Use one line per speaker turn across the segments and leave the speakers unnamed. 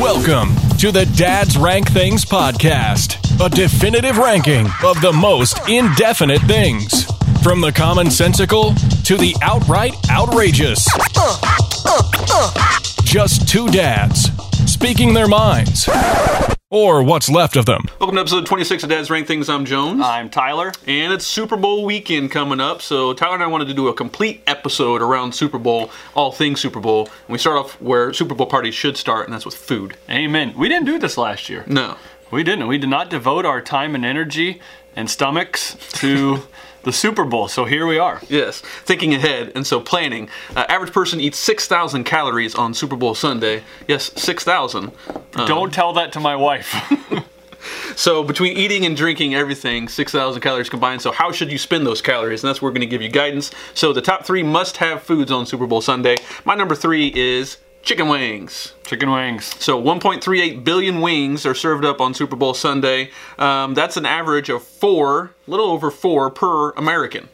Welcome to the Dad's Rank Things podcast, a definitive ranking of the most indefinite things. From the commonsensical to the outright outrageous. Just two dads speaking their minds, or what's left of them.
Welcome to episode 26 of Dad's Rank Things. I'm Jones.
I'm Tyler.
and it's Super Bowl weekend coming up, so Tyler and I wanted to do a complete episode around Super Bowl, all things Super Bowl. And we start off where Super Bowl parties should start, and that's with food.
Amen. We didn't do this last year.
No.
We didn't. We did not devote our time and energy and stomachs to the Super Bowl. So here we are.
Yes. Thinking ahead, and so planning. Uh, average person eats 6,000 calories on Super Bowl Sunday. Yes, 6,000. Uh-huh.
Don't tell that to my wife.
So between eating and drinking everything, 6,000 calories combined. So how should you spend those calories? And that's where we're going to give you guidance. So the top three must-have foods on Super Bowl Sunday. My number three is chicken wings.
Chicken wings.
So 1.38 billion wings are served up on Super Bowl Sunday. Um, that's an average of four, a little over four per American.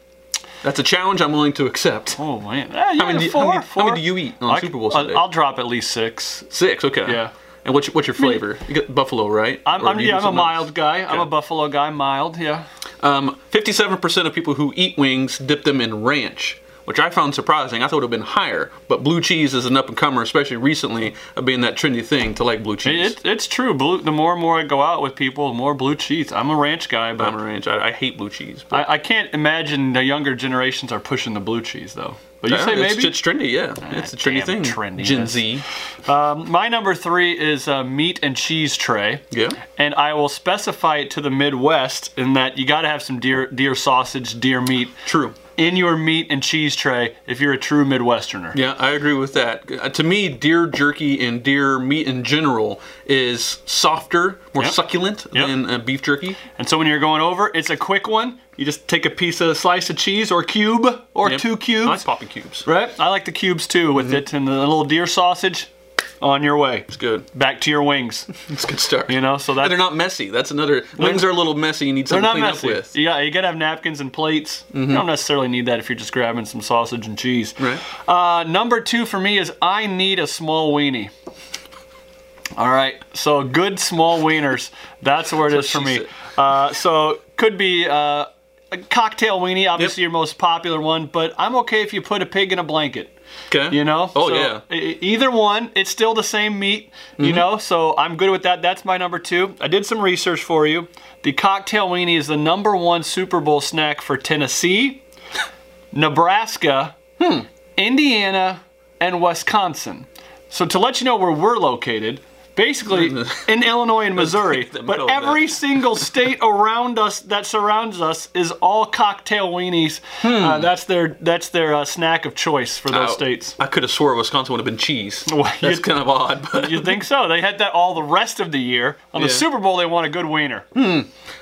That's a challenge I'm willing to accept.
Oh man. Eh, you
How many
had
do you-
four,
how many- how many
four.
do you eat on
I-
Super Bowl
I'll-
Sunday?
I'll drop at least six.
Six, okay.
Yeah.
And what's, what's your flavor? You got buffalo, right?
I'm,
Or
I'm,
do you do
yeah, I'm a
something else?
mild guy. I'm a
Okay.
Buffalo guy. Mild. Yeah.
Um, 57% of people who eat wings dip them in ranch, which I found surprising. I thought it would have been higher, but blue cheese is an up and comer, especially recently, of being that trendy thing to like blue cheese.
It, it's true. Blue, the more and more I go out with people, the more blue cheese. I'm a ranch guy, but
I'm a ranch. I, I hate blue cheese. But
I, I can't imagine the younger generations are pushing the blue cheese though. But you
Yeah,
say
it's,
maybe
it's trendy, yeah. it's a trendy thing.
damn trendiness.
Gen Z.
Um, my number three is a meat and cheese tray.
Yeah.
And I will specify it to the Midwest in that you got to have some deer, deer sausage, deer meat
True.
in your meat and cheese tray if you're a true Midwesterner.
Yeah, I agree with that. Uh, To me, deer jerky and deer meat in general is softer, more
Yep.
succulent
Yep.
than uh, beef jerky.
And so when you're going over, it's a quick one. You just take a piece of slice of cheese or cube or
Yep. Mm-hmm.
two
I like
cubes.
popping cubes.
right? I like the cubes too with it and the little deer sausage on your way.
It's good.
Back to your wings,
It's a good start.
you know. So
And
that's
they're not messy. That's another. Wings are a little messy. You need
They're
something to
not
clean
messy.
up with. Mm-hmm.
You got you gotta have napkins and plates. You don't necessarily need that if you're just grabbing some sausage and cheese.
Right.
Uh, number two for me is I need a small weenie. All right. So good small wieners. That's where it is
That's
for
what she
me. Uh, so could be. Uh, a cocktail weenie, obviously your most popular one, but I'm okay if you put a pig in a blanket.
Okay.
You know?
Oh
So,
yeah. Mm-hmm.
e- Either one, it's still the same meat, you know? So I'm good with that. That's my number two. I did some research for you. The cocktail weenie is the number one Super Bowl snack for Tennessee, Nebraska,
Hmm.
Indiana, and Wisconsin. So to let you know where we're located, basically in Illinois and Missouri,
the middle
but
of that.
every single state around us that surrounds us is all cocktail weenies.
Hmm.
Uh, that's their that's their uh, snack of choice for those
Ow.
states.
I could have swore Wisconsin would have been cheese.
Well,
That's
you'd-
kind of odd, but
You think so? They had that all the rest of the year. On the
Yeah. Mm-hmm.
Super Bowl, they want a good wiener.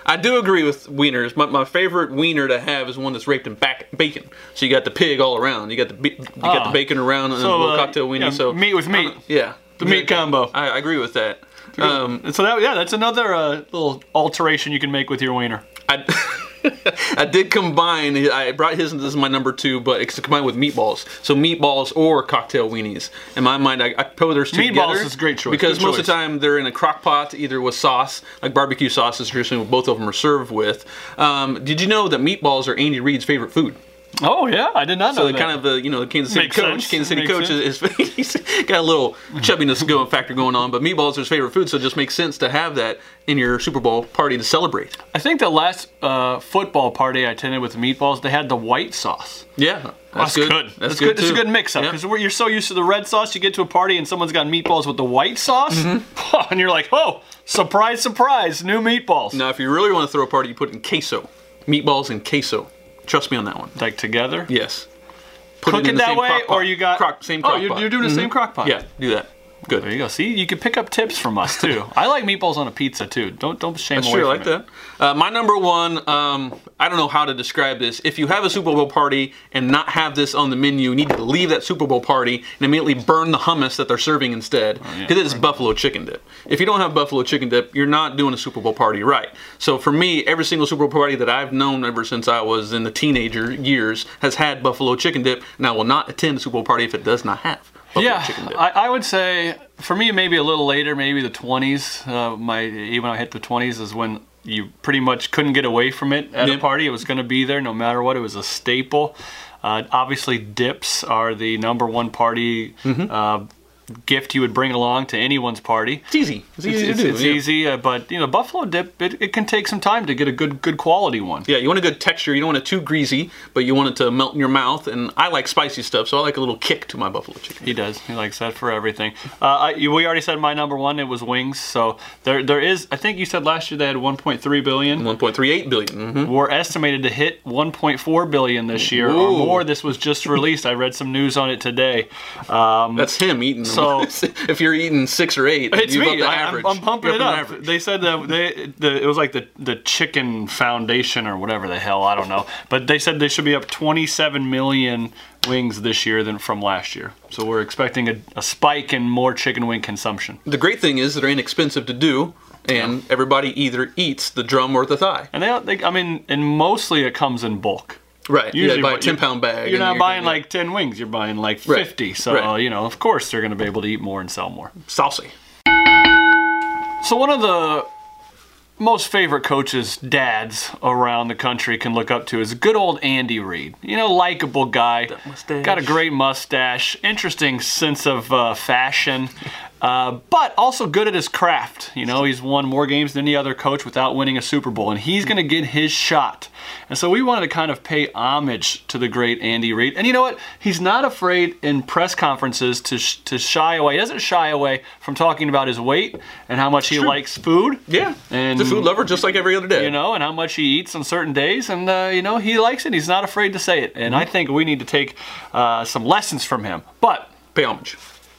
I do agree with wieners. My, my favorite wiener to have is one that's wrapped in bac- bacon. So you got the pig all around. You got the ba- you got
Ah.
the bacon around and a little
uh,
cocktail weenie.
yeah,
so
meat with meat.
yeah,
The meat combo.
I, I agree with that. Um,
So that, yeah, that's another uh, little alteration you can make with your wiener.
I, I did combine. I brought his. This is my number two, but it's combined with meatballs. So meatballs or cocktail weenies. In my mind, I, I put those two
Meatballs
together.
is a great choice.
because
Good
most of
choice.
the time they're in a crock pot, either with sauce, like barbecue sauce is traditionally what both of them are served with. Um, did you know that meatballs are Andy Reid's favorite food?
Oh yeah, I did not
So
know
the
that.
kind of uh, you know the Kansas City
Makes
coach,
sense.
Kansas City
Makes
coach is, is he's got a little chubbiness going factor going on, but meatballs are his favorite food, so it just makes sense to have that in your Super Bowl party to celebrate.
I think the last uh, football party I attended with the meatballs, they had the white sauce.
Yeah,
That's, good.
That's, good.
It's a
too.
good mix-up
Yeah.
because you're so used to the red sauce. You get to a party and someone's got meatballs with the white sauce,
Mm-hmm.
and you're like, "Oh, surprise, surprise! New meatballs."
Now, if you really want to throw a party, you put in queso, meatballs and queso. Trust me on that one.
Like together.
Yes. Put
Cook
in
it
the
that
same
way,
crock pot.
or you got
crock, same.
Oh,
crock
you're,
pot. Mm-hmm.
you're doing the same crock pot.
Yeah, do that. Good.
There you go. See, you can pick up tips from us too. I like meatballs on a pizza too. Don't don't shame
That's
away
true. I
from
like
it.
that. Uh, my number one. Um, I don't know how to describe this. If you have a Super Bowl party and not have this on the menu, you need to leave that Super Bowl party and immediately burn the hummus that they're serving instead, because
yeah.
it is buffalo chicken dip. If you don't have buffalo chicken dip, you're not doing a Super Bowl party right. So for me, every single Super Bowl party that I've known ever since I was in the teenager years has had buffalo chicken dip, and I will not attend a Super Bowl party if it does not have buffalo
Yeah,
chicken dip.
I, I would say for me, maybe a little later, maybe the 20s. Uh, my even when I hit the 20s is when you pretty much couldn't get away from it at
Yep.
a party. It was going to be there no matter what. It was a staple. Uh, obviously, dips are the number one party
Mm-hmm.
uh, gift you would bring along to anyone's party.
It's easy. It's easy
it's,
to do.
it's
yeah.
easy, uh, but you know, buffalo dip it, it can take some time to get a good good quality one.
Yeah, you want a good texture. You don't want it too greasy, but you want it to melt in your mouth. And I like spicy stuff, so I like a little kick to my buffalo chicken.
He does. He likes that for everything. Uh, I, you- we already said my number one. It was wings. So there, there is. I think you said last year they had 1.3 billion.
1.38 billion. Mhm.
We're estimated to hit 1.4 billion this year or
Whoa.
more. This was just released. I read some news on it today. Um,
That's him eating.
So-
So if you're eating six or eight,
it's
you've upped
me.
the
I,
average.
am I'm pumping
You've
it
upped
up.
the average.
They said that they, the, it was like the, the chicken foundation or whatever the hell. I don't know. But they said they should be up 27 million wings this year than from last year. So we're expecting a, a spike in more chicken wing consumption.
The great thing is they're inexpensive to do, and everybody either eats the drum or the thigh.
And they, they, I mean, and mostly it comes in bulk.
Right. You
Usually,
buy a
what-
ten pound bag.
You're
and
not buying
getting
like ten wings. You're buying like
Right,
fifty. So
right.
you know, of course, they're going to be able to eat more and sell more.
saucy.
So one of the most favorite coaches dads around the country can look up to is good old Andy Reid. You know, likable guy.
mustache.
Got a great mustache, interesting sense of uh, fashion, uh, but also good at his craft. You know, he's won more games than any other coach without winning a Super Bowl, and he's going to get his shot. And so we wanted to kind of pay homage to the great Andy Reid. And you know what? He's not afraid in press conferences to, sh- to shy away. He doesn't shy away from talking about his weight and how much he likes food.
Yeah.
And
It's a food lover just like every other day.
you know, and how much he eats on certain days, and uh, you know he likes it. He's not afraid to say it, and I think we need to take uh, some lessons from him. But
Pay homage.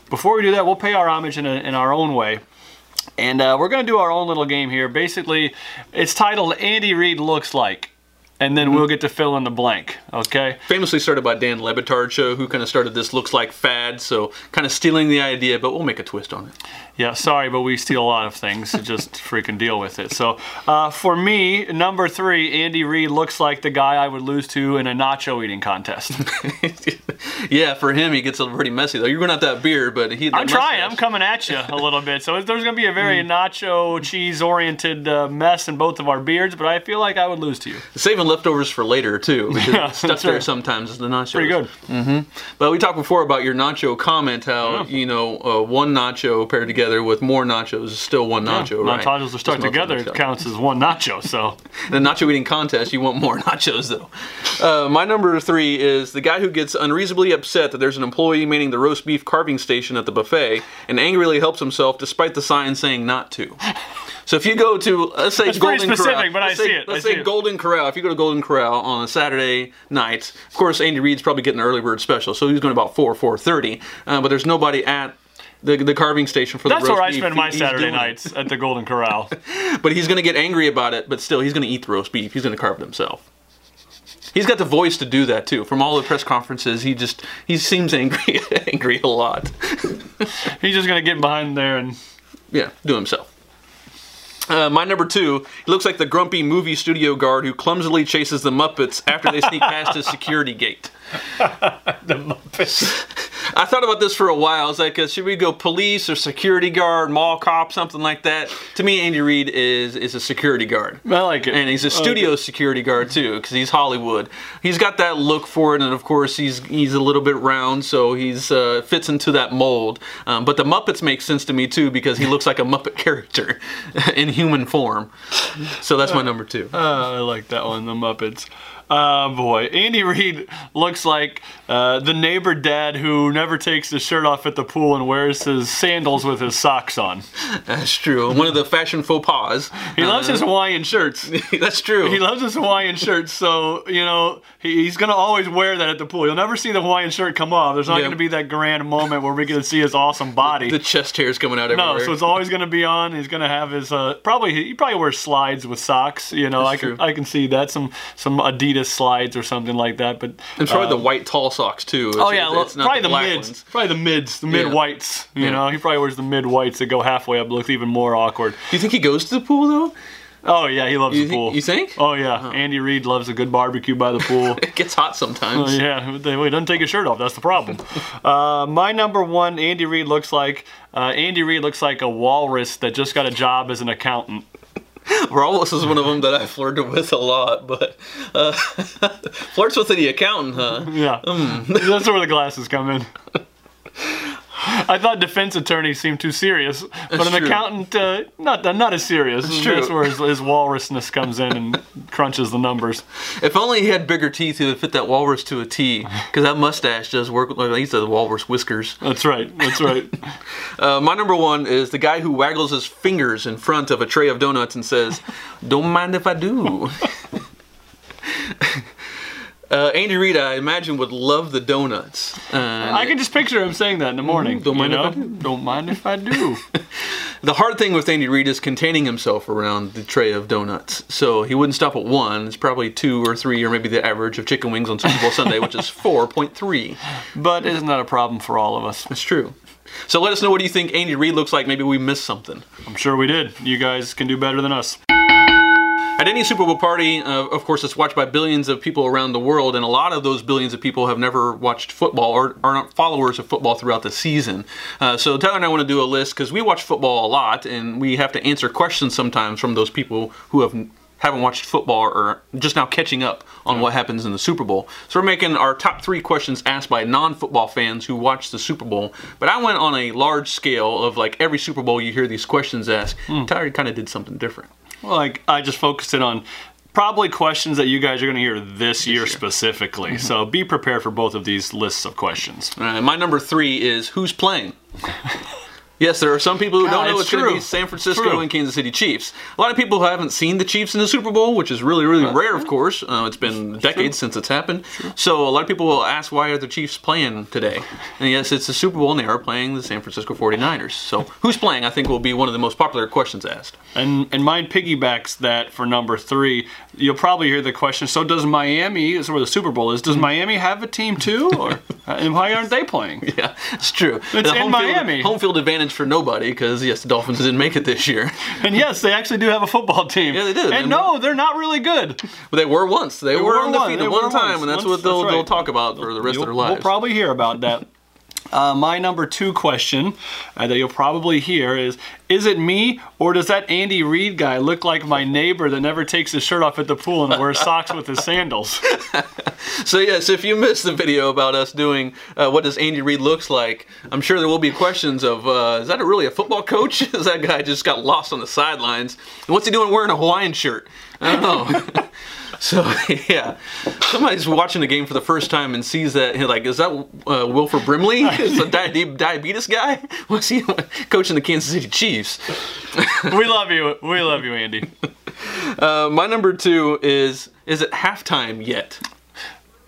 before we do that, we'll pay our homage in, a, in our own way, and uh, we're gonna do our own little game here. Basically, it's titled "Andy Reid Looks Like," and then we'll get to fill in the blank. Okay.
Famously started by Dan Lebitard show, who kind of started this looks like fad, so kind of stealing the idea, but we'll make a twist on it.
Yeah, sorry, but we steal a lot of things. so Just freaking deal with it. So, uh, for me, number three, Andy Reid looks like the guy I would lose to in a nacho eating contest.
yeah, for him, he gets a little pretty messy though. You're going out that Hmm. beer, but he.
I'm trying. I'm coming at you a little bit. So there's going to be a very nacho cheese oriented uh, mess in both of our beards, but I feel like I would lose to you.
saving leftovers for later too. Because
Yeah,
it's stuck
that's
there
right.
sometimes is the nachos.
Pretty good.
But we talked before about your nacho comment, how you know uh, one nacho paired together with more nachos is still one nacho. right?
Nachos are stuck
Just
together.
nothing
It
else.
counts as one nacho. So
In a nacho eating contest, you want more nachos though. Uh, my number three is the guy who gets unreasonably upset that there's an employee manning the roast beef carving station at the buffet and angrily helps himself despite the sign saying not to. So if you go to let's say
That's pretty
Golden Corral,
specific, but I
let's say,
see it, I
Let's
see
say
it.
Golden Corral. If you go to Golden Corral on a Saturday night, of course Andy Reid's probably getting an early bird special, so he's going about four four thirty. Uh, but there's nobody at the, the carving station for
that's
the roast
where I
beef.
spend
He-
my
he's
Saturday
doing it.
nights at the Golden Corral.
But he's going to get angry about it, but still, he's going to eat the roast beef. He's going to carve it himself. He's got the voice to do that too. From all the press conferences, he just he seems angry, angry a lot.
He's just going to get behind there and.
Yeah, do himself. Uh, my number two, he looks like the grumpy movie studio guard who clumsily chases the Muppets after they sneak past his security gate. I thought about this for a while. I was like, uh, should we go police or security guard, mall cop, something like that? To me, Andy Reid is is a security guard.
I like it.
and he's a studio security guard too because he's Hollywood. He's got that look for it, and of course he's he's a little bit round, so he's uh, fits into that mold. Um, but the Muppets make sense to me too because he looks like a Muppet character in human form. So that's my number two.
Uh, I like that one, the Muppets. Uh, boy, Andy Reid looks like uh, the neighbor dad who never takes his shirt off at the pool and wears his sandals with his socks on.
That's true. One of the fashion faux pas. Uh,
He loves
Uh-huh.
his Hawaiian shirts.
that's true.
He loves his Hawaiian shirt, so you know he, he's gonna always wear that at the pool. You'll never see the Hawaiian shirt come off. There's not
Yeah.
gonna be that grand moment where we get to see his awesome body.
the chest hair's coming out
no,
everywhere.
so it's always gonna be on. He's gonna have his uh, probably he probably wears slides with socks. You know, I
true.
can I can see that some some Adidas slides or something like that. But
and probably
Um,
the white tall socks too. It's-
oh yeah,
it's, it's not
probably the,
black
mids,
ones.
probably the mids, the mid whites. You
Yeah.
know, he probably wears the mid whites that go halfway up. Looks even more awkward.
Do you think he goes to the pool though?
Oh yeah, he loves
You
the
thi-
pool.
you think?
Oh yeah, Andy Reid loves a good barbecue by the pool.
It gets hot sometimes.
Oh, yeah, they- well, he doesn't take his shirt off. That's the problem. uh, my number one, Andy Reid looks like uh, Andy Reid looks like a walrus that just got a job as an accountant.
Rollis is one of them that I flirted with a lot, but uh, flirts with the accountant, huh?
Yeah,
Mm.
that's where the glasses come in. I thought defense attorneys seemed too serious, but an
true.
accountant, uh, not not as serious. That's,
true.
where his, his walrusness comes in and crunches the numbers.
If only he had bigger teeth, he would fit that walrus to a T. Because that mustache does work. with- Like, he's the walrus whiskers.
That's right. That's right.
Uh, my number one is the guy who waggles his fingers in front of a tray of donuts and says, "Don't mind if I do." uh, Andy Reid, I imagine, would love the donuts. Uh,
I can just picture him saying that in the morning.
Mm-hmm. don't mind if I do.
Don't mind if I do.
The hard thing with Andy Reid is containing himself around the tray of donuts. So he wouldn't stop at one. It's probably two or three, or maybe the average of chicken wings on Super Bowl Sunday, which is 4.3.
But isn't that a problem for all of us?
That's true. So let us know what do you think Andy Reid looks like. Maybe we missed something.
I'm sure we did. You guys can do better than us.
At any Super Bowl party, uh, of course, it's watched by billions of people around the world, and a lot of those billions of people have never watched football or are not followers of football throughout the season. Uh, so Tyler and I want to do a list because we watch football a lot, and we have to answer questions sometimes from those people who have haven't watched football or just now catching up on what happens in the Super Bowl. So we're making our top three questions asked by non-football fans who watch the Super Bowl. But I went on a large scale of like every Super Bowl you hear these questions asked. Tyler kind of did something different.
Well, Like I just focused it on probably questions that you guys are going to hear this year Mm-hmm. specifically. So be prepared for both of these lists of questions.
All right, my number three is who's playing. yes, there are some people who
God,
don't know
it's
it's going to
true.
be San Francisco
True.
and Kansas City Chiefs. A lot of people who haven't seen the Chiefs in the Super Bowl, which is really, really rare, of course. Uh, it's been decades since it's happened. So a lot of people will ask, why are the Chiefs playing today? And yes, it's the Super Bowl, and they are playing the San Francisco 49ers. So who's playing, I think, will be one of the most popular questions asked.
And and mine piggybacks that for number three. You'll probably hear the question. So does Miami? Is where the Super Bowl is. Does Miami have a team too, or uh, and why aren't they playing?
Yeah, it's true.
It's in Miami.
Field, home field advantage for nobody because, yes, the Dolphins didn't make it this year.
And yes, they actually do have a football team.
Yeah, they do.
And no, they're not really good.
But they were once. They, were,
were once. They
undefeated
were
one, time,
once.
and that's what
Once-
they'll,
that's right.
they'll talk about for the rest of their
You'll-
lives.
We'll probably hear about that. Uh, my number two question uh, that you'll probably hear is Is it me or does that Andy Reid guy look like my neighbor that never takes his shirt off at the pool and wears socks with his sandals?
so yes, if you missed the video about us doing uh, what does Andy Reid looks like, I'm sure there will be questions of uh, is that really a football coach? is that guy just got lost on the sidelines? And what's he doing wearing a Hawaiian shirt? I don't know. So yeah, somebody's watching the game for the first time and sees that and like, is that uh, Wilford Brimley? Is a di- di- diabetes guy? What's he coaching the Kansas City Chiefs?
we love you. We love you, Andy.
Uh, my number two is is it halftime yet?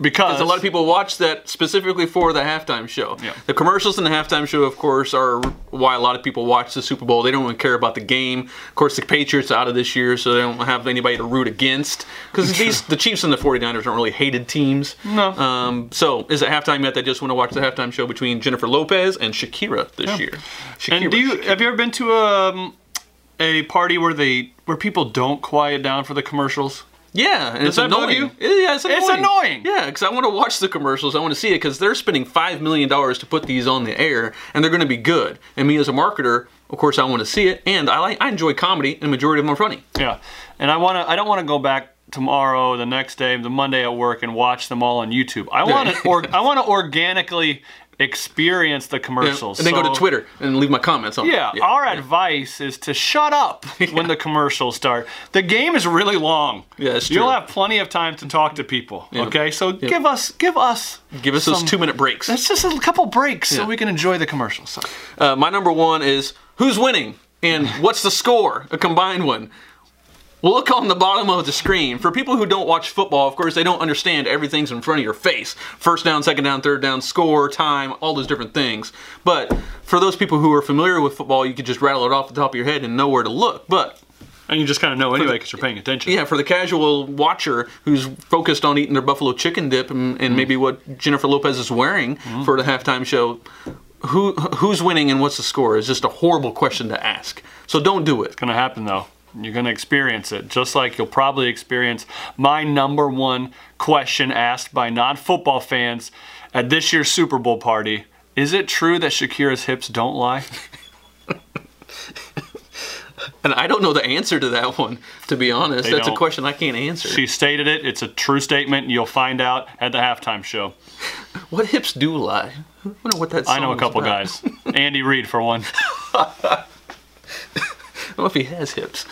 Because
Because a lot of people watch that specifically for the halftime show.
Uh, Yeah.
The commercials in the halftime show, of course, are why a lot of people watch the Super Bowl. They don't really care about the game. Of course, the Patriots are out of this year, so they don't have anybody to root against. Because these the Chiefs and the 49ers aren't really hated teams.
No.
Um, so is it halftime yet? They just want to watch the halftime show between Jennifer Lopez and Shakira this year. Shakira.
And do you have you ever been to a, um, a party where they where people don't quiet down for the commercials?
Yeah, and it's
that bug
annoying.
you?
It- yeah, it's annoying.
It's annoying.
Yeah, because I want to watch the commercials. I want to see it because they're spending five million dollars to put these on the air, and they're going to be good. And me as a marketer, of course, I want to see it, and I like I enjoy comedy, and the majority of them are funny.
Yeah, and I want to. I don't want to go back tomorrow, the next day, the Monday at work, and watch them all on YouTube. I want to. Or, I want to organically experience the
And
commercials.
then go
So-
to Twitter and leave my comments on. it.
Yeah, our advice is to shut up when the commercials start. The game is really long.
Yeah, it's
You'll
true.
have plenty of time to talk to people. Okay, so give us, give us,
Give us those
some-
two minute breaks.
That's just a couple breaks so
Yeah.
we can enjoy the commercials. So-
Uh, my number one is who's winning and what's the score? A combined one. Look on the bottom of the screen. For people who don't watch football, of course, they don't understand everything's in front of your face. First down, second down, third down, score, time, all those different things. But for those people who are familiar with football, you could just rattle it off the top of your head and know where to look. But
And you just kind of know anyway because you're paying attention.
yeah, for the casual watcher who's focused on eating their buffalo chicken dip and, and
Mm.
maybe what Jennifer Lopez is wearing for the halftime show, who who's winning and what's the score is just a horrible question to ask. So don't do it.
Gonna happen though. You're going to experience it, just like you'll probably experience my number one question asked by non football fans at this year's Super Bowl party Is it true that Shakira's hips don't lie?
And I don't know the answer to that one, to be honest.
They
That's
don't.
a question I can't answer.
She stated it. It's a true statement. You'll find out at the halftime show.
what hips do lie? I wonder what that
I know a
song's
couple
about.
guys. Andy Reid, for one.
I don't know if he has hips.